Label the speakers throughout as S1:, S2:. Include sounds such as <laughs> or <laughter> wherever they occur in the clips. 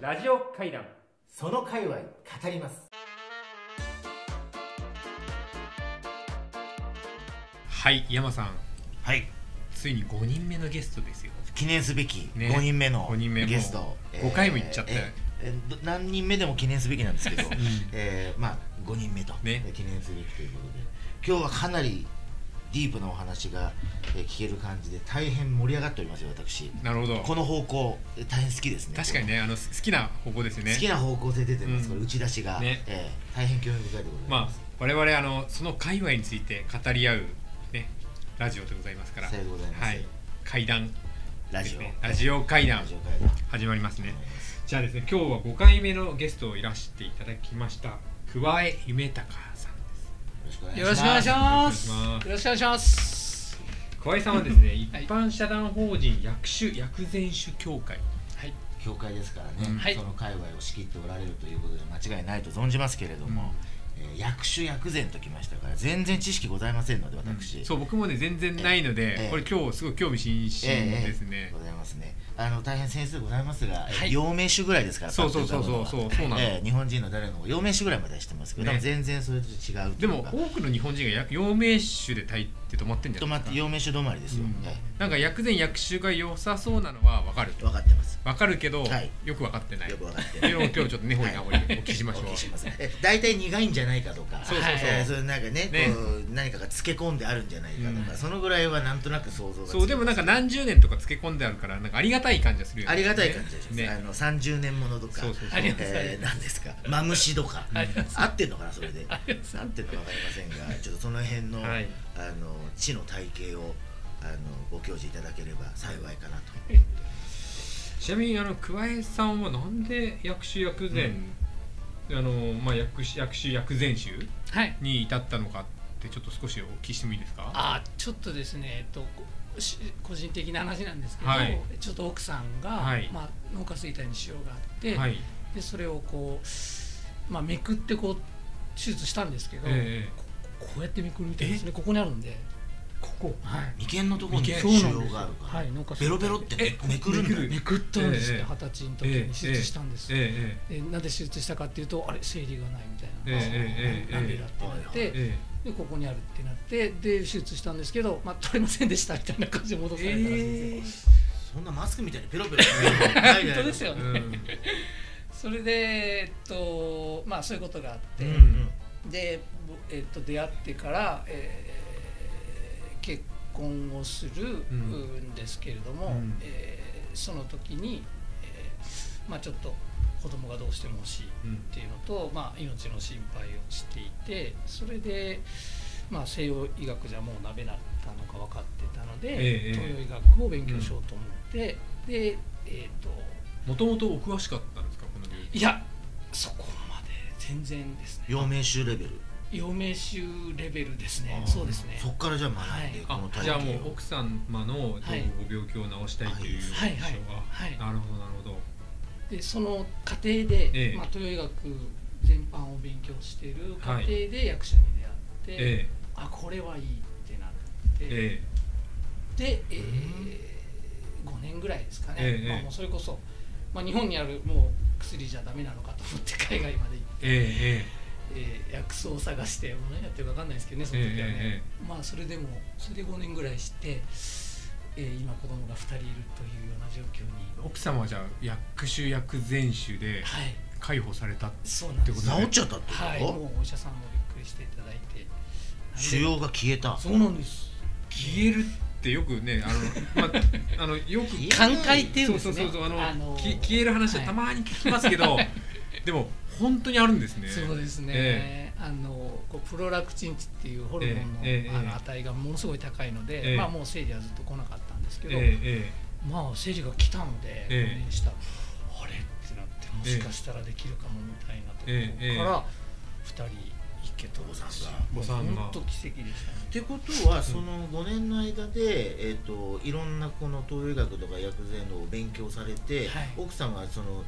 S1: ラジオ会談
S2: その界隈語ります
S3: はい山さん
S4: はい
S3: ついに5人目のゲストですよ
S4: 記念すべき
S3: ね
S4: 5人目の
S3: 5人目も
S4: ゲスト、
S3: 5回も行っちゃったよ
S4: えーえーど何人目でも記念すべきなんです
S3: <laughs>
S4: けど、えーまあ5人目と、
S3: ね
S4: えー記念すべきということで今日はかなりディープなお話が、えー聞ける感じで大変盛り上がっておりますよ私
S3: なるほど
S4: この方向えー大変好きですね
S3: 確かにねあの好きな方向ですよ
S4: こ
S3: ね
S4: の好きな方向性出てます、
S3: うん
S4: これ打ち出しが、
S3: ね
S4: えー大変興味深いところでござい
S3: まあ
S4: ます、
S3: 我々あのその界隈について語り合うねラジオでございますから
S4: さようでございます
S3: はい会談
S4: ラ
S3: で
S4: ジ
S3: す
S4: オ、
S3: ねラジオ会談
S4: ラジオ会談
S3: 始まりますねじゃあですね今日は5回目のゲストをいらしていただきました桑江夢隆さんです
S5: よろしくお願
S3: よろ
S5: いします。
S3: しくお願いします
S5: よろしくお願いします。
S3: 桑江さんはです
S4: <laughs>
S3: ね一
S5: はい
S3: 般社団法人薬種薬膳酒協会
S4: 教会ですから
S3: うん
S4: ね、
S5: はい
S4: その界隈を仕切っておられるということで間違いないと存じますけれども、えー薬種薬膳ときましたから全然知識ございませんので私、
S3: そう僕もね全然ないので、
S4: ええ
S3: これ今日すごい興味津々ですね、
S4: ございますねあの大変先生ございますが、えー
S5: はい
S4: 陽明酒ぐらいですから
S3: そうそうそうそう
S4: パッと浮
S3: そうそう
S4: かぶ
S3: な
S4: の
S3: の
S4: はえー日本人の誰もが陽明酒ぐらいまでは知ってますけど、
S3: ね
S4: でも全然それと違うと
S3: で
S4: いう
S3: も
S4: か
S3: 多くの日本人がや陽明酒で炊いて止まってんじゃ
S4: 止
S3: な
S4: ま
S3: い
S4: っ
S3: です
S4: て
S3: か
S4: 陽明酒止まりですよ、
S3: うん
S4: え
S3: なんか薬膳薬酒が良さそうなのは分かる
S4: ー分かってます
S3: 分かるけど、
S4: はい
S3: よく分かってない
S4: よく分かって
S3: い
S4: な
S3: うのを今日ちょっとねほいなほいお聞きしましょう
S4: お聞きしますえ大体苦いんじゃないかとか
S3: そう
S5: そうそう
S4: えーそれなんかね
S3: ね
S4: こう何かが漬け込んであるんじゃないかとか、
S3: うん
S4: そのぐらいはなんとなく想像がつきます
S3: そうでもなんか何十年とか漬け込んであるからなんかありがたい感じがするよね
S4: ありがたい感じです、
S3: ね
S4: あの30年ものとか
S3: そうそうそう
S5: ありがとうございます
S4: え
S3: <laughs>
S4: ー何ですかマムシとか
S5: ありがとうございます
S4: 合ってんのかなそれで合ってんのか分かりませんがちょっとその辺の,、
S3: はい
S4: あの地の体系をあのご教示いただければ幸いかなと
S3: ちなみにあの桑江さんはなんで薬酒薬膳、あのまあ薬酒薬酒薬膳酒
S5: はい。
S3: に至ったのかってちょっと少しお聞きしてもいいですか
S5: あ、ちょっとですね、えっと。こし個人的な話なんですけど、
S3: はい
S5: ちょっと奥さんが、
S3: はい
S5: まあ、農家衰退に腫瘍があって、
S3: はい
S5: でそれをこう、まあ、めくってこう手術したんですけど、
S3: ええ
S5: こうやってめくるみたいですねここにあるんで
S3: ここ
S5: はい、
S4: 眉間のところに腫
S3: 眉間
S4: 瘍があるから、
S5: はい農家
S4: ベロベロってね
S3: え
S4: めくるんだよ
S3: め
S4: ね
S3: く
S5: めくったんですっ
S3: え
S5: て
S3: え
S5: 二十歳の時に手術したんです、
S3: ええ
S5: でなんで手術したかっていうとあれ生理がないみたい
S3: ええ
S5: な、
S3: ええ
S5: なんでだってなって、
S4: え
S3: ええ
S5: でここにあるってなってで手術したんですけど、まあ、取れませんでしたみたいな感じで戻されたらしいんですよ、
S4: そんなマスクみたいにペロペロ本
S5: <laughs> 本当ですよ
S3: ええ
S5: ね、それでえっとまあそういうことがあって、
S3: うん
S5: で、ぼえっと、出会ってから、えー結婚をする
S3: うん
S5: んですけれども、
S3: うん
S5: えーその時に、えーまあ、ちょっと子供がどうしても欲しい
S3: うん
S5: っていうのと、まあ、命の心配をしていてそれで、まあ、西洋医学じゃもう鍋だったのか分かってたので、
S3: ええ
S5: 東洋医学を勉強しようと思って、でえっ、と
S3: もともとお詳しかったんですかこの領域
S5: いやそこまで全然ですね
S4: 陽明酒レベル
S5: 陽明酒レベルですね
S3: あー
S5: そうですね
S4: そっからじゃあ学んで、
S5: はい
S4: この
S3: あ
S4: 体
S3: じゃあも
S4: 系
S3: う
S4: を
S3: 奥様のどう
S5: はい
S3: ご病気を治したいという
S5: はいはい
S3: 印象が
S5: はい
S3: なるほどなるほど
S5: でその過程で、
S3: ええ
S5: まあ、東洋医学全般を勉強している過程で役者に出会っ
S3: え
S5: て、あこれはいいってなっ
S3: え
S5: て、
S3: え
S5: で、えー5年ぐらいですかね、
S3: ええ
S5: まあ、もうそれこそ、まあ、日本にあるもう薬じゃダメなのかと思って海外ま
S3: え
S5: で行って、
S3: え
S5: えー薬草を探してもう何やってるか分かんないですけどねその時はね、
S3: えええ
S5: まあそれでもそれで5年ぐらいして、えー今子供が2人いるというような状況に
S3: え奥様はじゃあ薬酒薬膳酒で
S5: はい
S3: 介抱された
S5: そうなんで
S3: って
S5: す
S3: こ
S4: 治っちゃったってこと、
S5: はい、もうお医者さんもびっくりしていただいて
S4: 腫瘍が消えた
S5: そうなんです
S3: 消えるってよくねあの、 <laughs> まあ、あのよく
S5: 寛解っていうん
S3: そう
S5: で
S3: そ
S5: す
S3: う
S5: ね
S3: そうそうあの、き
S5: ー
S3: 消える話はたまに聞きますけど、でも本当にあるんですね
S5: そうですね、
S3: え
S5: あのこうプロラクチン値っていうホルモンの,、
S3: ええええ
S5: あの値がものすごい高いの
S3: え
S5: で、
S3: え
S5: まあ、もう生理はずっと来なかったんですけ
S3: え
S5: ど、
S3: え
S5: まあ生理が来たので、
S3: ええ
S5: 入院したあれってなってもしかしたらできるかもみたいなとこ
S3: ええええ
S5: ろから2人行けと
S4: お子さんが
S3: お子さんが
S5: 本当奇跡でしたね
S4: ってことはその5年の間で、えー、といろんなこの東洋医学とか薬膳のを勉強されて、
S5: はい
S4: 奥さんはその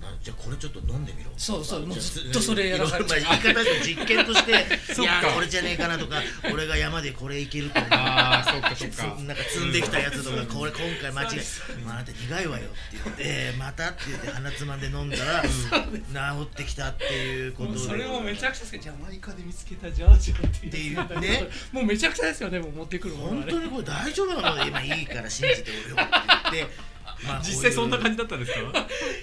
S4: なじゃあこれちょっと飲んでみろ
S5: そうそう
S4: あ
S5: も
S4: じ
S5: う
S4: ゃあ
S5: ずっとそれやらされて
S4: いろいろまあ言い方で実験として
S3: そ
S4: い
S3: っか
S4: やーこれじゃねえかなとか俺が山でこれいけると思う
S3: ああそっかそっ
S4: そ
S3: か
S4: <laughs> なんか積んできたやつとかこれ今回間違いあなた苦いわよって言ってまたって言って鼻つまんで飲んだら治ってきたっていうことで
S5: それをめちゃくちゃですけどジャマイカで見つけたジャージャーっていうやつなんだけど
S4: っていうね
S5: <laughs> もうめちゃくちゃですよねもう持ってくるもの
S4: 本
S5: あれ
S4: 当にこれ大丈夫なの今いいから信じておよって言って、まあ
S3: 実際そんな感
S4: じ
S3: じだったんですか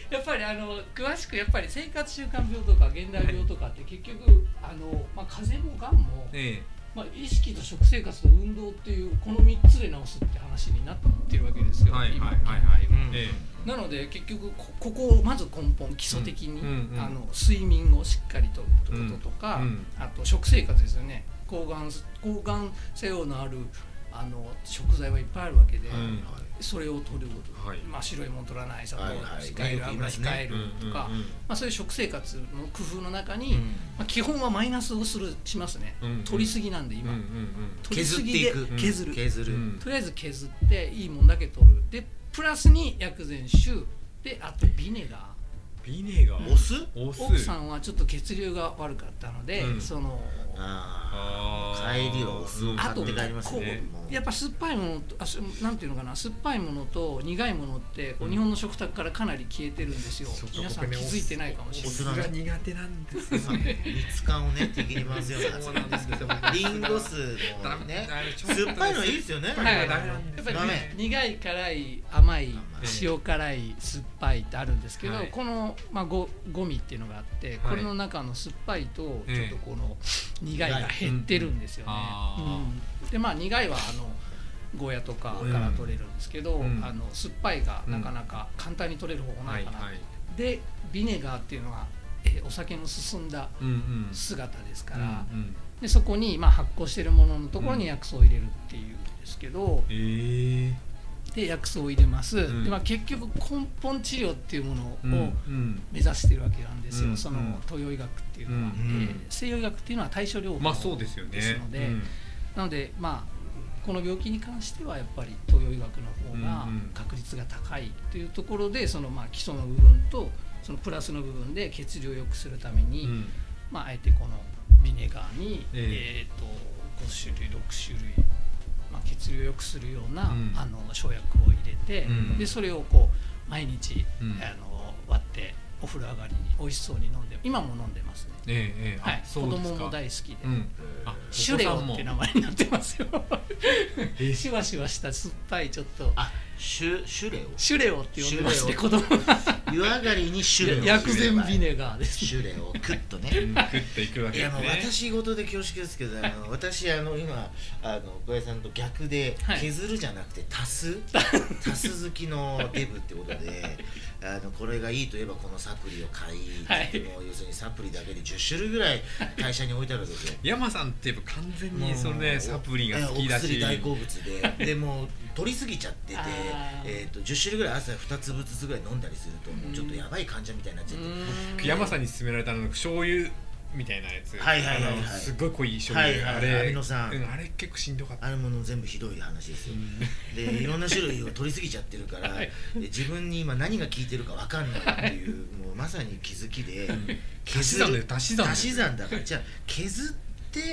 S5: やっぱりあの詳しくやっぱり生活習慣病とか現代病とかって結局あの、まあ、風邪もがんも、
S3: え
S5: まあ、意識と食生活と運動っていうこの3つで治すって話になってるわけです
S3: え
S5: よ、
S3: はいはい
S5: 今
S3: はい
S5: の現代
S3: はい、
S4: うん
S3: え
S5: なので結局こここをまず根本基礎的に、
S3: うんうんうん
S5: あの睡眠をしっかりとることとか、
S3: うんうん
S5: あと食生活ですよね抗がん抗がん作用のあるあの食材はいっぱいあるわけで、
S3: うん
S5: それを取ること、
S3: はい
S5: まあ、白いもの取らない砂糖
S4: はい
S5: を
S4: はい
S5: 控
S4: ねよ
S5: える、
S4: く言い
S5: 油
S4: ますね
S5: 控え
S3: え
S5: るとか、まあ、そういう食生活の工夫の中に、
S4: うん
S5: まあ、基本はマイナスをするしますね、
S3: うんうん
S5: 取りすぎなんで今、
S3: うんうん
S5: 取り
S4: 削
S5: す
S4: っ
S5: ぎ
S4: てい
S5: で
S4: く
S5: 削る、
S4: 削る、
S3: うん
S5: とりあえず削っていいもんだけ取るでプラスに薬膳酒であとビネガ
S3: ビネガー
S4: お酢
S3: お
S5: ー奥
S3: 酢
S5: さんはちょっと血流が悪かったので、
S3: うん
S5: その
S4: あ
S3: あ
S4: ー
S3: ー
S4: 帰りはお酢を買
S5: あ
S4: って
S5: と
S4: 帰ります
S5: こ
S4: ねも
S5: う
S4: う
S5: やっぱ酸っぱいものとあすなんていうのかな酸っぱいものと苦いものってこう日本の食卓からかなり消えてるんですよ
S3: そっか
S5: 皆さん
S3: 僕
S5: 気
S3: ねお
S5: づいてないかもしれ
S4: お
S5: ない
S4: 酢が
S3: 苦手なんです
S4: まあ <laughs> 蜜缶をね、握りますようなやつ
S3: そうなんですよ
S4: リンゴ酢
S3: ダ
S4: も
S3: メ
S4: ね
S3: あれちょっとね
S4: 酸っぱいのいいですよね
S5: はいはい
S3: ダメなん
S5: や
S3: です
S5: っぱり
S4: ダメ
S5: 苦い辛い甘い
S3: 甘い
S5: 塩辛い酸っぱいってあるんですけど、
S3: はい
S5: この、まあ、ごゴミっていうのがあって、これの中の酸っぱいとちょ
S3: ええ
S5: っとこの苦いが減ってるんですよね
S3: うんあ。
S5: うん、でまあ苦いはあのゴーヤとかから取れるんですけど、
S3: うん
S5: あの酸っぱいがなかなか簡単に取れる方法な
S3: はいい
S5: かな、
S3: はい
S5: でビネガーっていうのは、えお酒の進んだ
S3: うんうん
S5: 姿ですから、
S3: うんうん
S5: でそこに、まあ、発酵してるもののところ
S3: う
S5: に
S3: ん
S5: 薬草を入れるっていうんですけど。
S3: えー
S5: で薬草を入れます、
S3: ん
S5: でまあ、結局根本治療っていうものを
S3: うんうん
S5: 目指してるわけなんですよ、
S3: うん
S5: その
S3: うん
S5: 東洋医学っていうのは、
S3: うん
S4: うん
S5: えー西洋医学っていうのは対症療法
S3: まあそうですよね
S5: ですので、
S3: うん
S5: なのでまあこの病気に関してはやっぱり東洋医学の方が
S3: うんうん
S5: 確率が高いというところでそのまあ基礎の部分とそのプラスの部分で血流を良くするために、
S3: うん
S5: まあ、あえてこのビネガーに、
S3: え
S5: えーと5種類6種類、まあ、血流を良くするような、
S3: うん
S5: あの生薬を入れて、
S3: うん
S5: でそれをこう毎日、
S3: うん
S5: あの割ってお風呂上がりに美味しそうに飲んで今も飲んでますね、
S3: ええええ
S5: はい
S3: あ、
S5: 子
S3: そうです
S5: 供
S3: か
S5: も大好きで、
S3: うんあお子
S5: シュレ
S3: さ
S5: オ
S3: んも
S5: って名前になってますよ <laughs>
S3: えー
S5: シュワシュワした酸っぱいちょっと
S4: あ、シュシュレを
S5: シュレオって呼んでまして
S4: シュレオ
S5: 子供が
S4: 湯上がりにシュレを
S5: 薬膳ビネガーです
S4: シュレをクッとね
S3: <laughs> うん食っていくわけ
S4: い
S3: で
S4: や
S3: す
S4: もう
S3: ね
S4: 私事で恐縮ですけど、あの私あの今あの小林さんと逆で
S5: はい
S4: 削るじゃなくて足す、足す好きのデブってことで、あのこれがいいといえばこのサプリを買い、
S5: はい
S4: もう要するにサプリだけで10種類ぐらい会社に置いてあるわけですよ。
S3: 山さんって言えば完全にそれ
S4: も
S3: ね
S4: う
S3: サプリが好きだ
S4: お薬
S3: し
S4: 大好物ででもう
S3: <laughs>
S4: 取りすぎちゃってて
S5: あー、
S4: えー、と10種類ぐらい朝2粒ずつぐらい飲んだりするともうちょっとやばい患者みたいになっちゃって、
S3: 山さんに勧められたのが醤油みたいなやつ
S4: はいはいはいはい
S3: あのすごい濃い醤油、
S4: はいはい
S3: あ
S4: ア
S3: れ
S4: ミノ酸
S3: うんあれ結構しんどかった
S4: あれもの全部ひどい話ですよ、でいろんな種類を取りすぎちゃってる
S5: <laughs>
S4: から、で自分に今何が効いてるか分かんないっていうもうまさに気づきで
S3: 足し算だよ足し算だよ
S4: 足し算だからじゃあ削って、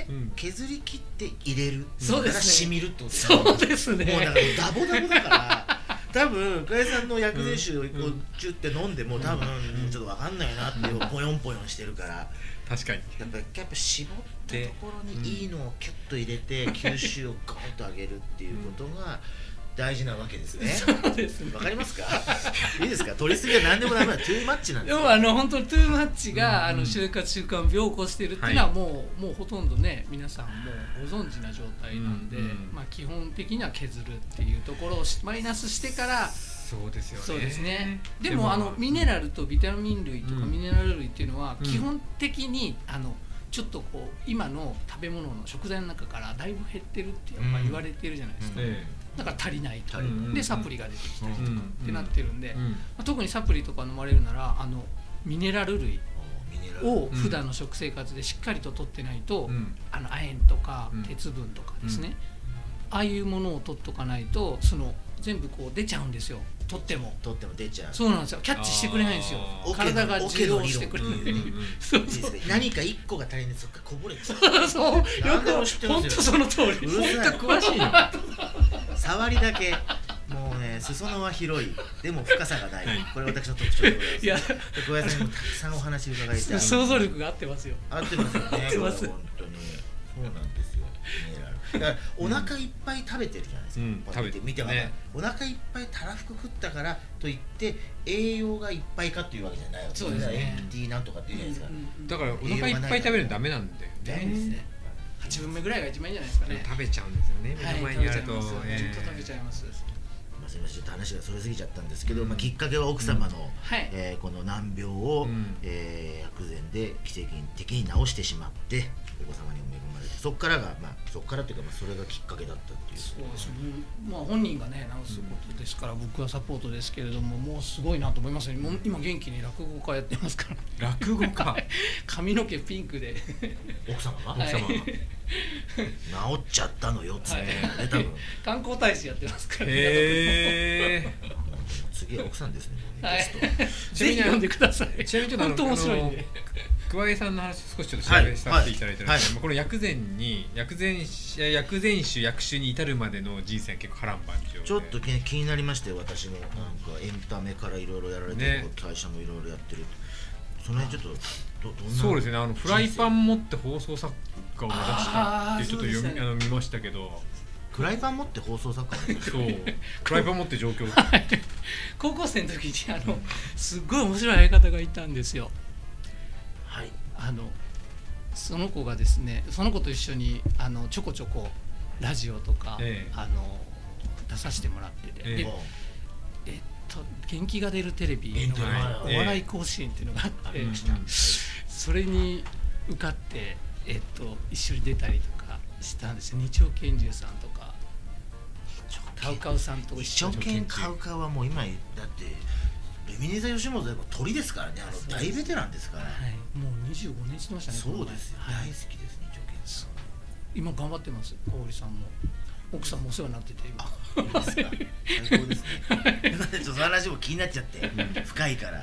S3: うん
S4: 削り切って入れる
S5: そうで
S4: だ
S5: すね
S4: から染みるってことだよね
S5: そうですね
S4: もうだからダボダボだ
S5: <laughs>
S4: から多分加谷さんの薬膳酒をこ
S3: う
S4: うチュって飲んでも多分もうちょっと分かんないなってポヨンポヨンしてるから
S3: 確かに
S4: やっぱやっぱ絞ったところにいいのをキュッと入れて吸収をガーンと上げるっていうことが大事なわけですね
S5: そうですね
S4: わかりますかいいですか取りすぎは何でもダメだ
S5: <laughs>
S4: トゥーマッチなんで
S5: です
S4: よ
S5: もあの本当にトゥーマッチが、
S3: うん
S5: あの就活習慣病を起こしているっていうのはもう,、もうほとんどね皆さんもうご存知な状態なんで、
S3: うんうん
S5: まあ、基本的には削るっていうところをしマイナスしてから
S3: そうですよね
S5: そうですねでもあのミネラルとビタミン類とか
S3: うん
S5: ミネラル類っていうのは
S3: うん
S5: 基本的に、あのちょっとこう今の食べ物の食材の中からだいぶ減ってるってやっぱ言われてるじゃないですか、
S4: うん
S3: え
S5: だから足りないと、
S4: 足り
S3: ない
S5: でサプリが出てきたりとか
S3: うん
S5: ってなってるんで、
S3: え
S5: まあ特にサプリとか飲まれるならあのミネラル類
S4: ミネラル
S5: を普段の食生活でしっかりと取ってないと、
S3: うん
S5: あの亜鉛とか
S3: うん
S5: 鉄分とかですね、ああいうものを取っとかないとその全部こう出ちゃうんですよ取っても
S4: 取っても出ちゃう
S5: そうなんですよキャッチしてくれないんですよ
S3: あ
S4: ー
S5: 体が受容してくれ
S4: う
S5: なんい
S4: オケの理論
S5: <laughs>
S4: <laughs>
S5: そう
S4: いいですね何か一個が足りないそっかこぼれてる
S5: そうそうよ
S4: 何でも知って
S5: く
S4: ま
S5: 本
S4: すよ
S5: 当その通り
S4: うるさい
S5: 本当詳しいの
S4: <laughs> 触りだけもうね裾野は広いでも深さがない、
S3: はい
S4: これ私の特徴でございます
S5: いや
S4: で小林さんにもたくさんお話伺いたい
S5: 想像力が合ってますよ
S4: 合ってますよね
S5: 合ってます
S4: これ本当にそうなんですよミネラルだからお腹いっぱい食べてるじゃないですか、
S3: うん
S4: こうやって
S3: 食べて
S4: 見てわかる、
S3: ね
S4: お腹いっぱいたらふく食ったからといって栄養がいっぱいかというわけじゃないわけ
S5: そうですね
S4: みんなエンティーなんとかって言うじゃないですか、
S3: だからお腹いっぱい食べるのダメなんだよ
S4: ダメ
S3: ね
S4: ですね
S5: 8分目ぐらいが一番いいんじゃないですかね
S3: 食べちゃうんですよね目
S5: はい
S3: の前にあると、
S5: 食べちゃいます
S3: え
S5: ずっと食べちゃいます
S4: まあ、すみませんちょっと話がそれすぎちゃったんですけど、
S3: うん
S4: まあ、きっかけは奥様の、
S5: はい
S4: えーこの難病を、
S3: うん
S4: えー薬膳で奇跡的に治してしまってお子様にも恵まれてそこからが、まあ、そこからというか、まあ、それがきっかけだったっていう
S5: そうですねまあ本人がね治すことですから僕はサポートですけれどももうすごいなと思いますねもう今元気に落語家やってますから <laughs>
S3: 落語家
S5: 髪の毛ピンクで
S4: 奥様が、
S5: はい
S4: 奥様が治っちゃったのよっつって、ね
S5: はい
S4: 多分
S5: <laughs> 観光大使やってますから
S3: へえ
S4: 次は奥さんですねもうね
S5: はい
S4: ゲスト
S5: <laughs> ぜひ読んでください。
S3: ちなみにちょっとあの
S5: 本当面白いんで。
S3: 桑井さんの話少しちょっと調べさせていただいたんですけど、
S4: は
S3: まあこの薬膳に薬膳師薬膳酒薬酒に至るまでの人生は結構波乱万丈で
S4: ちょっと気に気になりまして私もなんかエンタメからいろいろやられてる、
S3: ね
S4: 会社もいろいろやってるその辺ちょっとどどんな
S3: そうですねあのフライパン持って放送作家を目指したってちょっと
S5: あーそう
S3: 読
S5: でし
S3: み、
S5: たね
S3: あの見ましたけど
S4: フライパン持って放送作家 <laughs>
S3: そうフライパン持って状況
S5: 高校生の時にあのすっごい面白い相方がいたんですよ。
S4: はい
S5: あのその子がですね、その子と一緒にあのちょこちょこラジオとか、
S3: ええ
S5: あの出させてもらってて、
S3: ええ
S5: でえっと元気が出るテレビの
S4: はい
S5: お笑い甲子園っていうのがあって、
S4: ええ
S5: それに受かってえっと一緒に出たりとかしたんですよ。日曜拳銃さんとか、タウカウさんと一
S4: 一
S5: 緒
S4: 応
S5: に。
S4: 券買うかはもう今だってルミネ座吉本でも鳥ですからねあの大ベテランですから、
S5: はい、もう25年してましたね
S4: そ
S5: この
S4: う
S5: 前
S4: ですよ、
S5: はい
S4: 大好きですね一応券さん
S5: 今頑張ってます小堀さんも奥さんもお世話になってて今
S4: いいですか最高ですねなんでちょっとその話も気になっちゃって、深いから、
S3: はい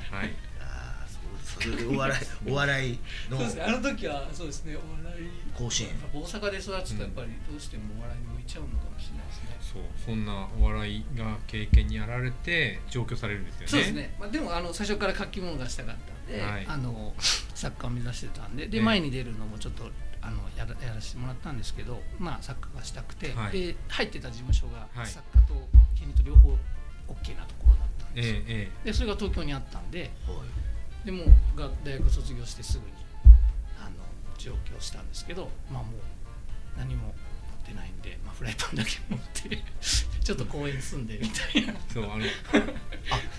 S4: ああそうですそれでお笑いお笑いの
S5: そうですねあの時はそうですねお笑い
S4: 甲子園
S5: やっぱ大阪で育つとやっぱりどうしてもお笑いに向いちゃうのかもしれないですね、
S3: そうそんなお笑いが経験にやられて上京されるんですよね
S5: そうですね、まあ、でもあの最初から書き物がしたかったんで、
S3: はい
S5: あの作家を目指してたんでで、
S3: ええ
S5: 前に出るのもちょっとあのやらやらせてもらったんですけど、まあ、作家がしたくて、
S3: はい
S5: で入ってた事務所が
S3: はい
S5: 作家と芸人と両方 OK なところだったん
S3: え
S5: ですよ、
S3: ええ
S5: でそれが東京にあったんで
S4: はい
S5: でもうが大学卒業してすぐにあの上京したんですけどまあもう何も持ってないんで、まあ、フライパンだけ持って <laughs> ちょっと公園住んでみたいな
S3: え
S5: <laughs>
S3: そうあの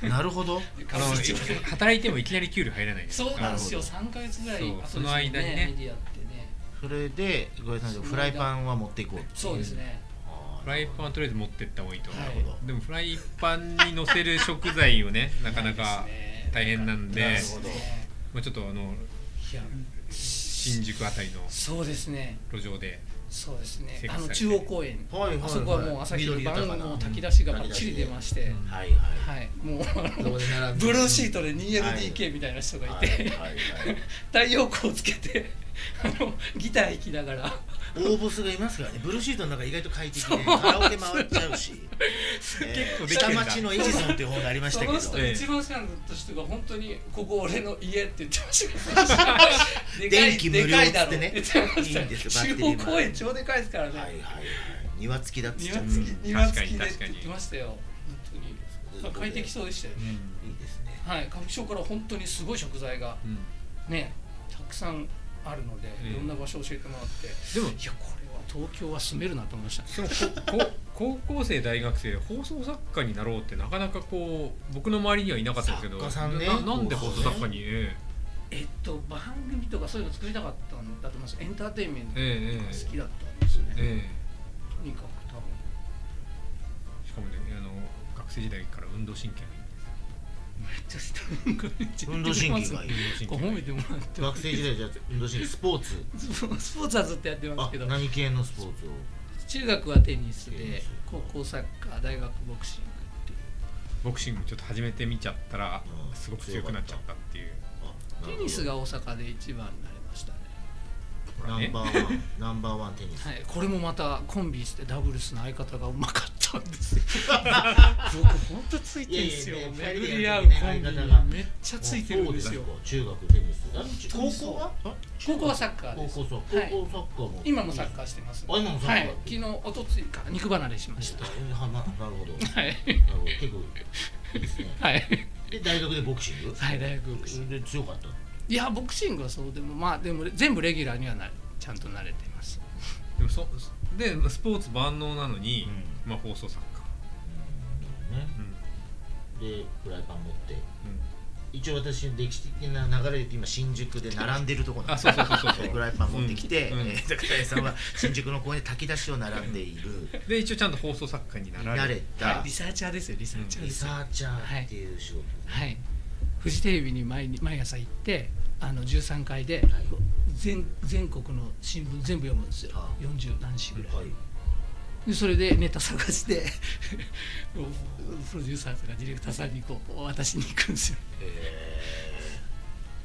S4: あなるほ
S3: あ
S4: ど
S3: の働いてもいきなり給料入らないです
S5: そうなんですよ
S4: なる
S5: 3ヶ月ぐらい
S3: そう
S5: 後です
S3: その間にね
S5: メディアってね
S4: それでごめんなさいフライパンは持っていこう
S5: そうですね、
S3: フライパン
S4: ン
S3: はとりあえず持ってった方がいいと、
S5: はい
S3: でもフライパンに乗せる食材をね <laughs> なかなか大変なんで
S4: なる
S5: そ
S4: ほ
S5: う
S4: ど
S5: ですね
S3: まあ、ちょっとあの
S5: いや
S3: 新宿あたりの
S5: そうですね
S3: 路上で
S5: そうですね
S3: 生活
S5: あの
S3: されて
S5: 中央公園
S4: はいはいはい
S5: あそこはもう朝昼
S4: 緑豊
S5: 晩
S4: かな
S5: の炊き出しがばっちり出まして、
S3: うん
S4: はいはい
S5: はいもうあの
S2: こで並んで
S5: ブルーシートで
S4: はい
S5: 2LDK みたいな人がい
S4: はい
S5: て、
S4: はいはい
S5: <laughs> 太陽光をつけてあのギター弾きながら
S4: 大ボスがいますからねブルーシートの中意外と快適でカラオケ回っちゃうし、
S3: 構で
S4: えー、
S3: きて
S4: 下
S3: んだ
S4: 町のエジソンっていう本がありまし
S5: そ
S4: たけ
S5: の
S4: ど
S5: 人
S3: ええ
S5: 一番好きな人が本当に「ここ俺の家」って言ってましたからでか
S4: <laughs>
S5: い
S4: 電気無料
S5: でかいだろ
S4: っつってね
S5: 言ってました
S4: いいんですよバッテ
S5: 中
S4: リー
S5: 央
S4: も
S5: 公園超でかいですからね、
S4: はいはいはい庭付きだっつっちゃ
S5: 庭
S4: う
S5: 付き
S3: うん
S5: 庭付きで
S3: 確かに
S5: って
S3: 確かに
S5: 言ってましたよ本当に
S4: そういうことで
S5: 快適そうでしたよ
S3: う
S5: ね、
S3: ん
S4: いいですね
S5: はい歌舞伎町から本当にすごい食材が
S3: うん
S5: ねたくさんあるので、
S3: ええ
S5: いろんな場所を教えてもらってい
S3: でも
S5: やこれは東京は住めるなと思いました
S3: そのこ <laughs> こ高校生大学生放送作家になろうってなかなかこう僕の周りにはいなかったですけど
S4: 作家さんね
S3: ななんで放送作家に、え
S5: えっと番組とかそういうの作りたかったんだと思いますエンターテインメント
S3: えええ
S5: が好きだったんですね、
S3: ええ
S5: とにかく多分
S3: えしかもねあの学生時代から運動神経がいいんです
S5: めっちゃした運動神
S4: 運動神経がいい
S3: 運動神経が
S5: 褒
S3: いい
S5: めてもらって
S4: 学生時代じゃ運動神経スポーツ
S5: スポスポーツはずっとやってます
S4: あ
S5: けど
S4: 何系のスポーツを
S5: 中学はテニ
S3: テ
S5: ス
S3: ニ
S5: で
S3: ス
S5: 高校サッカー大学ボクシングっていう
S3: ボクシングちょっと始めてみちゃったら
S4: うん
S3: すごく強くなっちゃったっていう
S4: あ
S5: テニスが大阪で一番になり
S4: <laughs>
S5: ましたね、
S3: ほら
S4: ナン
S3: ね
S4: バーワンナンバーワンテニス、
S5: はい、これもまたコンビしてダブルスの相方がうまかった
S4: <laughs>
S5: んですよ僕ほんとついてんすよ
S4: いやいやいや
S5: 巡り合うコンビ
S4: 相方が
S5: にめっちゃついてるんですよ
S4: そうか中学テニスあち
S5: テニ
S4: 高
S5: ス
S4: 校は
S5: 高校はサッカー
S4: 高
S5: です
S4: 校そう
S5: はい
S4: 高校サッカーも
S5: 今もサッカーしてます
S4: あ今もサッカー
S5: はい、昨日おとついから肉離れしま
S4: でし
S5: し
S4: た
S5: た
S4: はまなるほどなる
S5: はい
S4: ほど結構いいですね
S5: はい
S4: で大学でボクシング
S5: はい大学ボクシング
S4: で強かった
S5: いやボクシングはそうでもまあでも全部レギュラーにはなちゃんと慣れてます
S3: でもそでスポーツ万能なのに、まあ、放送作家、
S4: うんなる
S3: う
S4: ほ
S3: ん
S4: どねでフライパン持って
S3: うん、
S4: 一応私の歴史的な流れで言うと今新宿で並んでるところなん
S3: あ
S4: です
S3: そうそうそうそうそう
S4: フライパン持ってきて、
S3: うんうん
S4: えー高谷さんは新宿の公園で炊き出しを並んでいる
S3: で一応ちゃんと放送作家になられ
S4: 慣れた
S5: リサーチャーですよリサーチャー
S4: リ
S5: ですよ
S4: サーチャーっていう仕事、
S5: はいフジテレビに毎日毎朝行ってあの13階で
S4: はい
S5: 全全国の新聞全部読むんですよ
S4: はあ
S5: 40何紙ぐらい、
S4: はい
S5: でそれでネタ探して <laughs> もうプロデューサーとかディレクターさんにこう渡しに行くんですよ
S4: え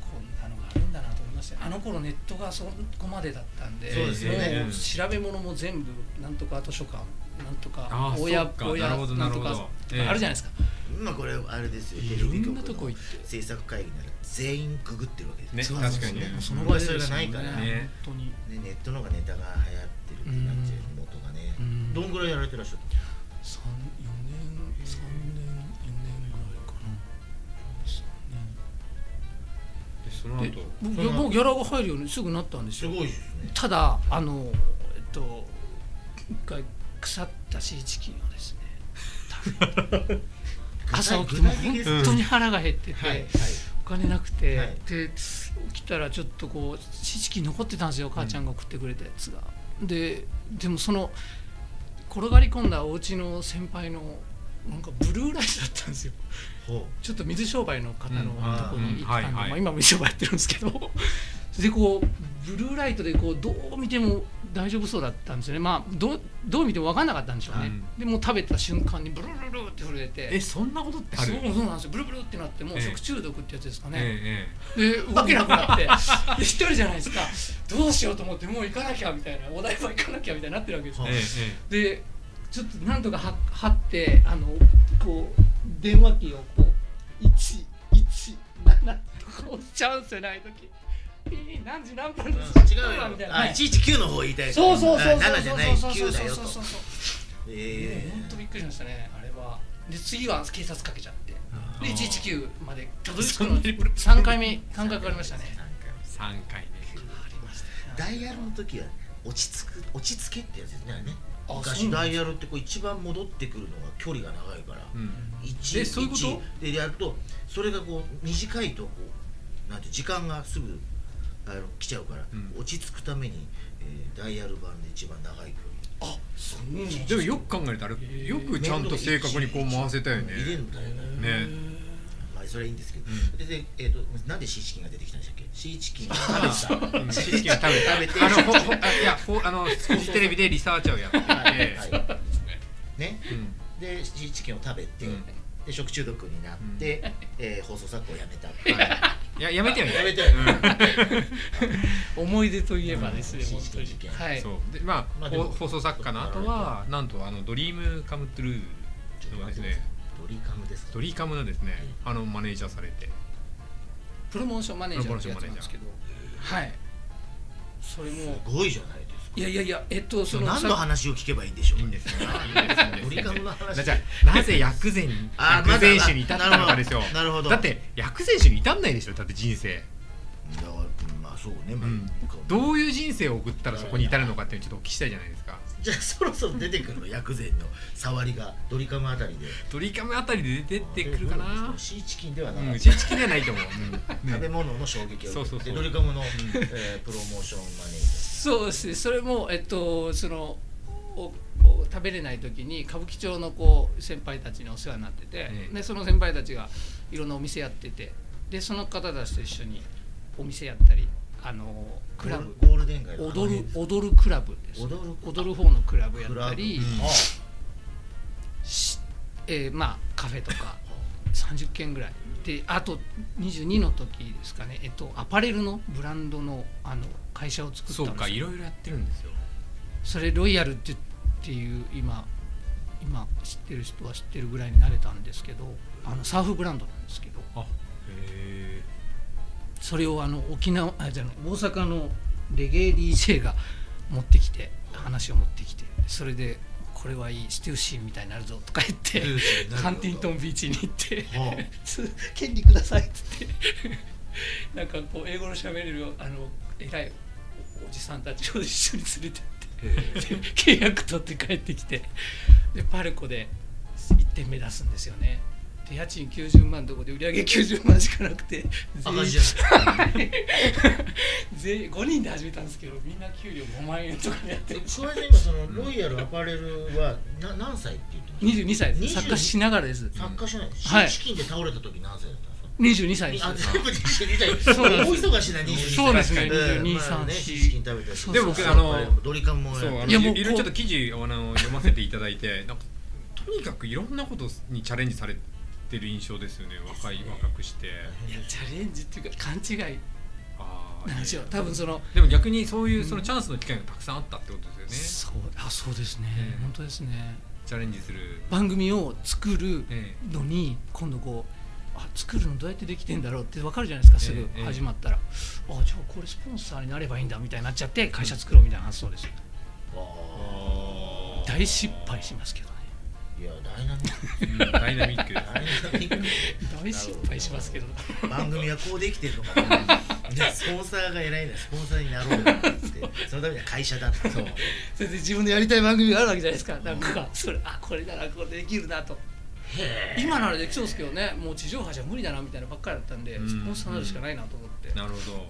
S5: こんなのがあるんだなと思いましたよあの頃ネットがそこまでだったんで
S4: そうですよね
S5: もう調べ物も全部なんとか図書館なんと
S3: あ
S5: か
S3: あ
S5: 親
S3: そっか
S5: 親
S3: なるほど
S5: なんとか
S3: なるほどええ
S5: あるじゃないですか、
S4: ーまあこれあれですよ
S5: い
S4: テ
S5: ろ
S4: レ
S5: ん
S4: ビ局
S5: なとこ
S4: の
S5: 行って
S4: 制作会議なら全員ググってるわけです
S3: ね
S4: そう
S5: なんです
S3: 確かに
S5: ね
S3: ね
S5: もうその
S4: 僕
S5: 場
S4: は
S5: で
S4: それ
S5: で
S4: が
S5: すもん
S4: ないから
S3: ね
S5: 本当に
S4: ねネットの方がネタが流行ってるってなっちゃう元がね
S5: うん
S4: どんぐらいやられてらっしゃった
S5: 三四年三年四年ぐらいかな三年
S3: でその後
S5: で僕もうギャラが入るようにすぐなったんです
S4: す
S5: よ
S4: ごいですね
S5: ただあのえっと一回腐ったシーチキンをですね
S4: <laughs>
S5: 朝起きても本当に腹が減ってて、
S4: はいはい
S5: お金なくて、
S4: はい
S5: で起きたらちょっとこうシーチキン残ってたんですよ母ちゃんが送ってくれたやつが、ででもその転がり込んだお家の先輩のなんかブルーライスだったんですよ
S4: ほ
S5: ちょっと水商売の方の
S3: うん
S5: とこに行ったんで、
S3: うんはいはい
S5: まあ、今水商売やってるんですけど <laughs> でこうブルーライトでこうどう見ても大丈夫そうだったんですよねまあどうどう見ても分かんなかったんでしょうね、
S3: うん
S5: でもう食べた瞬間にブルルルルって震え
S3: え
S5: て
S3: そんなことってあ
S5: そ
S3: る
S5: うそうなんですよブルブルってなってもう
S3: ええ
S5: 食中毒ってやつですかね、
S3: え
S5: で動けなくなってで一人じゃないですかどうしようと思ってもう行かなきゃみたいなお台場行かなきゃみたいになってるわけです
S3: えええ
S5: よ
S3: え
S5: でちょっとなんとかは張ってあのこう電話機をこう117とか押しちゃうんですよねああいう時ピー何時何分
S4: う
S5: です
S4: 違
S5: そうだみ
S4: う
S5: た
S4: よ
S5: いな
S4: あ
S5: はい
S4: 119の方言いたい
S5: そうそうそうそうそう
S4: 7じゃない
S5: そうそう
S4: 9だよと
S5: そうそうそう
S4: え
S5: 本当びっくりしましたねあれはで次は警察かけちゃってで
S4: ー
S5: 119までたどり着く
S3: そんなに
S4: <laughs>
S3: ブル
S5: の三回目三回かかりましたね
S4: 三回目
S3: 3回ね
S5: ありました
S4: ダイヤルの時は落ち着く落ち着けってやつですねあれね
S5: あ
S4: 昔
S5: そうなん
S4: ダ
S5: です
S4: イヤルってこう一番戻ってくるのが距離が長いから、
S3: うん
S4: 一
S3: えそういうこと
S4: 一でやるとそれがこう短いとこうなんて時間がすぐあの来ちゃうから、
S3: うん
S4: 落ち着くために、えーダイヤル版で一番長い距
S5: あそうなんだ
S3: でもよく考えたらよく
S4: 離
S3: ちゃんと正確にこう回せたよね
S4: 入れるんだよね
S3: ね
S4: まあそれはいいんですけど、
S3: うん
S4: ででえー、となんでシーチキンが出てきたんでしたっけシーチキンを食べて
S3: うんシーチキンを食べ
S4: た食べて
S3: あのほほ <laughs> あいやほあのフジテレビでリサーチャーをやっていて、
S4: はいはいね
S3: うん
S4: でシーチキンを食べて、
S3: うん
S4: で食中毒になって、えー放送作家をやめたっていう
S3: いややめてよね
S4: やめてよね
S5: 思い出といえばですね
S4: うん
S5: 本当に
S4: シーチキン
S5: はい
S3: そうでまあ
S4: まあでも
S3: ほ放送作家の後はなんとあのドリームカムトゥル
S4: ちょ
S3: ー
S4: っと
S3: ので
S4: 待
S3: す
S4: ってくださ
S3: ね
S4: いドリカムですか
S3: ドリーカムのですねあのマネージャーされて
S5: プロモーションマネージャーってやつなんですけどはいそれも
S4: すごいじゃないですか
S5: いやいやいやえっとその
S4: 何の
S5: さ
S4: 話を聞けばいいんでしょう
S3: いいんですよいいんですいいんです
S4: <laughs> ドリカムの話
S3: じゃあなぜ薬膳に
S4: あーま
S3: 薬
S4: だ
S3: 膳酒に至ったのかですよ
S4: なるほどなるほど
S3: だって薬膳酒に至んないでしょだって人生
S4: だからうんまあそうね、まあ
S3: うんどういう人生を送ったらそこに至るのかっていうのをちょっとお聞きしたいじゃないですか
S4: じゃあそろそろ出てくるの薬膳の触りがドリカムあたりで
S3: ドリカムあたりで出てくるかな
S4: シーチキンではな
S3: う
S4: か
S3: ん
S4: った
S3: 知識ではないと思う、うん
S4: 食べ
S3: ね、
S4: 物の衝撃を
S3: そう
S4: 受
S3: そ
S4: け
S3: うそ
S4: て
S3: う
S4: でドリカムの、えープロモーションマネージ
S5: そうですねそれもえっとそのおお食べれない時に歌舞伎町のこう先輩たちにお世話になってて、
S3: ええ
S5: でその先輩たちがいろんなお店やっててでその方たちと一緒にお店やったりあのクラブ
S4: ゴールデン街のあの
S5: 踊
S4: 辺
S5: る踊るクラブです
S4: 踊る
S5: 踊る方のクラブやっ
S4: クラ
S5: た
S4: ブ
S5: り、
S3: うん
S5: しえーまあカフェとか30軒ぐらいであと22の時ですかね、えっと、アパレルのブランドのあの会社を作った
S3: そ
S5: ん
S3: う
S5: です
S3: かいろいろやってるんですよ
S5: それロイヤルってっていう今今知ってる人は知ってるぐらいになれたんですけどあのサーフブランドなんですけど
S3: あへ
S5: それをあの沖縄あじゃない大阪のレゲエ DJ が持ってきて話を持ってきてそれでこれはいいステューシーみたいになるぞとか言って
S3: え
S5: ハンティントンビーチに行って
S4: はあ
S5: 「す権利ください」っつって <laughs> なんかこう英語の喋れるあの偉いおおじさんたちを一緒に連れてって契約取って帰ってきてでパルコで1点目出すんですよね。で家賃90万とこで売り上げ90万しかなくて
S4: 赤字じゃない
S5: 全員5人で始めたんですけどみんな給料5万円とかでやってる
S4: 桑井さん今そのロイヤルアパレルはな何歳って言ってまし
S5: 22歳です
S4: 22
S5: 作家しながらです
S4: た作家じゃない
S5: はい
S4: 資金で倒れた時何歳だったんですか
S5: 22歳です
S4: あ、全部22
S5: そ
S4: 歳。
S5: うな
S4: 大
S5: んです
S4: 忙しな22歳。
S5: そうなんです
S3: よ
S5: 22
S4: まあね、
S5: 23
S4: チキン食べたりとか
S5: で僕
S3: あの
S4: やっぱりドリカムも
S3: そう
S4: や
S3: あの
S4: っ
S5: い
S3: い
S5: や
S3: ろ
S5: もう
S3: いろ
S5: こう
S3: ちょっと記事をあの読ませていただいてなんかとにかくいろんなことにチャレンジされてる印象ですよね若い若くして
S5: いやチャレンジっていうか勘違い
S3: あー
S5: <laughs> なんですよ
S3: いや
S5: 多分その
S3: でも逆にそういうそのチャンスの機会がたくさんあったってことですよね、
S5: そうあそうですね、
S3: ええ
S5: 本当ですね
S3: チャレンジする、
S5: 番組を作る <laughs>
S3: ええ
S5: のに今度こうあ作るのどうやってできてんだろうって分かるじゃないですかす
S3: え
S5: ぐ
S3: えええ
S5: 始まったら、あじゃあこれスポンサーになればいいんだみたいになっちゃって会社作ろうみたいな発想です
S4: あ
S5: 大失敗しますけどね
S4: ーいや、ダイナミック。
S3: うんダイナミックです
S4: ダイナミック。
S5: <laughs> 大失敗しますけど <laughs>
S4: 番組はこうできてるのかな。でスポンサーが偉いな、スポンサーになろうよって言って、そのためには会社だった。そう。
S5: それで自分でやりたい番組があるわけじゃないですかなんかそれあこれならこれできるなと
S4: へ
S5: 今ならできそうですけどねもう地上波じゃ無理だなみたいなばっかりだったんで
S3: うん
S5: スポンサーになるしかないなと思って、
S3: なるほど、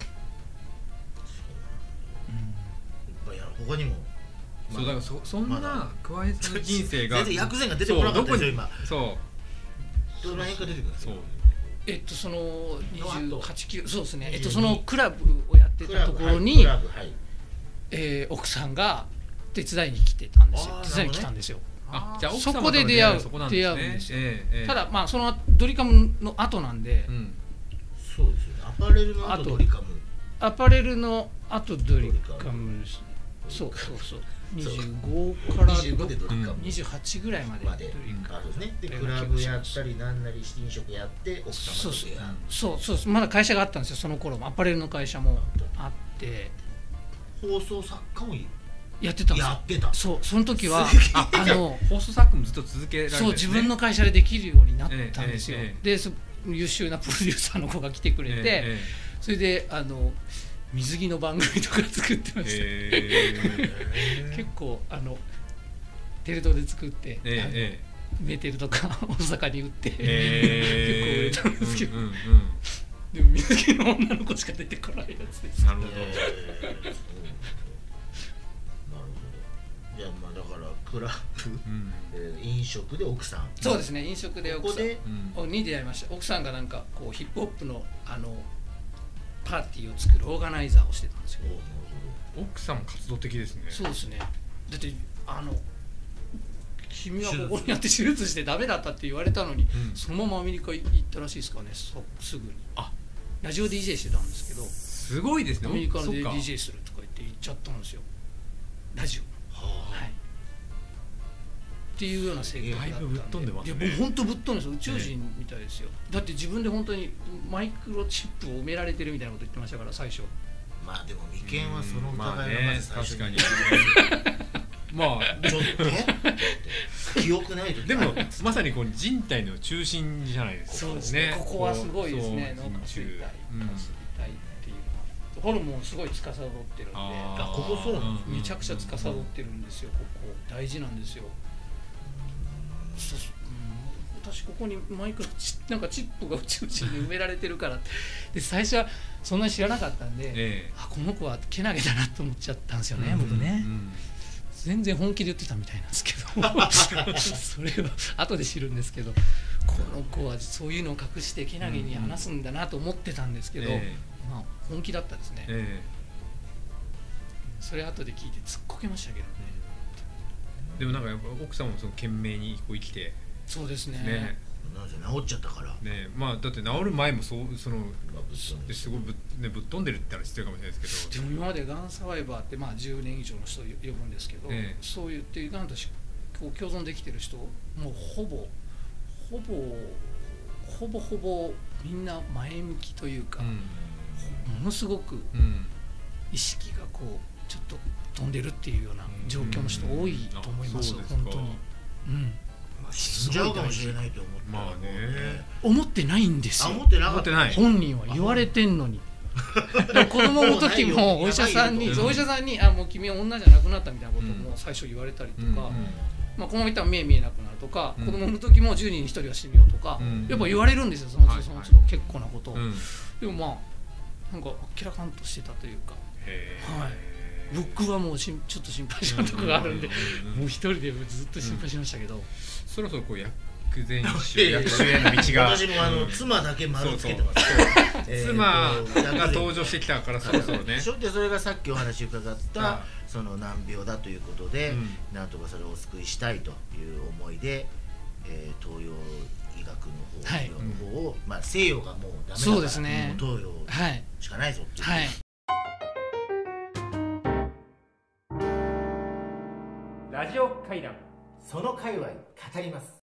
S4: え。いや、他にも。
S3: そうだからそそん
S4: まだ
S3: な桑江さんの人生が
S4: <laughs> 全然薬膳が出てこなかったですよ、今。
S3: そう
S4: どの辺か出てくるんです
S3: そ
S4: か
S3: う
S5: えっとその
S4: の後
S5: 28キロそうですね
S4: 22
S5: えっとそのクラブをやって
S4: ク
S5: た
S4: ラ
S5: と
S4: ブ
S5: ころ
S4: はい
S5: に
S4: ク、ラブはい。
S5: えー奥さんが手伝いに来てたんですよ
S4: あー
S5: 手伝いに来たんですよ、
S3: あじゃあ奥
S5: そ
S3: 様
S5: こで
S3: との
S5: 出会う
S3: はそこなんですね
S5: 出会うんですよ
S3: ええええ
S5: ただまあそのドリカムの後なんで、
S3: うん
S4: そうですよね。アパレルの
S5: あと
S4: 後ドリカム。
S5: アパレルの後ドリカムですね
S4: ド
S5: そ
S4: リ
S5: う
S4: カ
S5: そうそう
S4: そう
S5: 25から
S4: 25でドリカム。
S5: 28ぐらいまで
S4: まで、
S5: ドリカム
S4: あそうですねでクラブやったりなんなり飲食やって奥様
S5: そう
S4: と出会
S5: そうそうですまだ会社があったんですよその頃もアパレルの会社もあって
S4: う放送作家も
S5: やってたんです
S4: や
S5: よ
S4: ってた
S5: そうその時は
S4: すげえ
S5: ああの
S3: 放送作家もずっと続けられてる
S5: そ
S3: ん
S5: う
S3: です
S5: 自
S3: ね
S5: 分の会社でできるようになったんですよ、
S3: えええ
S5: でそ優秀なプ <laughs> ロデューサーの子が来てくれて、 <laughs>
S3: え
S5: それであの水着の番組とか作ってま
S3: ええ
S5: した、
S3: ええ
S5: 結構あのテレ東で作って、
S3: ええええ
S5: あのメテルとか <laughs> 大阪に売って、
S3: え
S5: 結構売れたんですけど、
S3: うんうんうん
S5: でも水着の女の子しか出てこないやつです
S3: なるほ
S4: えー
S3: ど
S4: うんなるほどじゃあまあだからクラブ、
S3: うん
S4: えー飲食で奥さん
S5: そうですね飲食で
S4: ここ
S5: 奥さん
S4: で
S3: うん
S5: に出会いました奥さんがなんかこうヒップホップのあのパーティーを作るオーガナイザーをしてたんですよ
S4: おーなる
S3: 奥さんも活動的ですね
S5: そうですねだってあの君はここにやって手術してダメだったって言われたのに、
S3: うん
S5: そのままアメリカ行ったらしいですからねそすぐに
S3: あ
S5: ラジオ DJ してたんですけど
S3: すごいですね
S5: アメリカで
S3: そっか
S5: DJ するとか言って行っちゃったんですよラジオ
S4: ほどは
S5: はいっていうような生活だったん
S3: だ
S5: で
S3: いぶぶっ飛んでますね
S5: いや僕本当ぶっ飛んでますよ宇宙人みたいですよ、だって自分で本当にマイクロチップを埋められてるみたいなこと言ってましたから最
S4: あ
S5: 初
S4: まあでも眉間はその
S3: まあ
S4: 疑いがま
S3: ね
S4: ず最初
S3: 確かに
S4: ち
S3: まあ
S4: ょっとねだって記憶ない時
S3: でもまさにこう人体の中心じゃないですか
S5: ここはすごいですね
S3: こ
S5: 脳
S3: う
S5: 下垂体
S3: うん
S5: 下垂体っていうのはホルモンすごい司ってるんで
S3: あー
S4: ここそうなんです
S5: めちゃくちゃ司ってるんですよここ大事なんですよそううん私ここにマイクロチなんかチップが宇宙人に埋められてるからってで最初はそんなに知らなかったんで、
S3: ええ
S5: あこの子はけなげだなと思っちゃったんですよね、
S3: うん
S5: 僕ね、
S3: うん
S5: 全然本気で言ってたみたいなんです
S3: <laughs>
S5: けどそれは後で知るんですけどこの子はそういうのを隠してけなげに話すんだなと思ってたんですけど、
S3: え
S5: まあ、本気だったですね、
S3: え
S5: それ後で聞いて突っこけましたけどね
S3: えでもなんかやっぱ奥様もその懸命にこう生きて
S5: そうですね
S3: ね
S4: なんせ治っちゃったから
S3: ねまあだって治る前もそうその
S4: です
S3: ごいぶ,、ね、ぶっ飛んでるって話してるかもしれないですけ
S5: で
S3: ど
S5: も今までがんサバイバーって、まあ、10年以上の人を呼ぶんですけど、
S3: ええ
S5: そう言ってがんとしこう共存できてる人もうほぼほぼほぼほぼみんな前向きというか、ものすごく
S3: うん、うん
S5: 意識がこうちょっと飛んでるっていうような状況の人多いと思います、
S3: うんあそうです
S5: 本
S3: か
S5: 当に、うん、
S4: まあ死んじゃうかもしれないと思ったら
S3: まあね
S4: もう
S5: 思ってないんです
S4: あ
S5: よ
S4: 持ってなか
S3: 持
S4: っ
S3: ったてない
S5: 本人は言われてん
S3: <laughs>
S5: のにでも子供の時もお医者さんに
S4: うん
S5: お医者さんに「あもう君は女じゃなくなった」みたいなこと
S3: う
S5: も
S3: ん
S5: 最初言われたりと
S3: うん
S5: か、
S3: うん
S5: まあ、このままいったら目見えなくなるとか、
S3: うん
S5: 子供の時も10人に1人は死ぬよとか、
S3: うん
S5: やっぱ言われるんですよその
S3: は
S5: 都
S3: い
S5: その都
S3: は
S5: 度
S3: い
S5: 結構なことを、
S3: うん、へ
S5: でもまあなんか明らかんとしてたというか
S3: え
S5: はい僕はもうしんちょっと心配したとこがあるんで、
S3: うん
S5: もう一人でずっと心配しましたけど、
S3: そろそろこう薬膳
S4: いや
S3: 酒
S4: いや
S3: 薬酒への道が
S4: <laughs> 私もあの
S3: うん
S4: 妻だけ丸つけてますえー
S3: <laughs>
S4: と
S3: 妻が登
S4: だ
S3: 場してきたからそろそろ
S4: け
S3: ね
S4: でしょでそれがさっきお話伺った
S3: あ
S4: その難病だということで、
S3: うん
S4: なんとかそれをお救いしたいという思いで、えー東洋医学の方、医療の方を、まあ、西洋がもうダメだから
S5: そうですね
S4: もう東洋
S5: はい
S4: しかないぞっていう、
S5: はい
S2: ラジオ会談その界隈語ります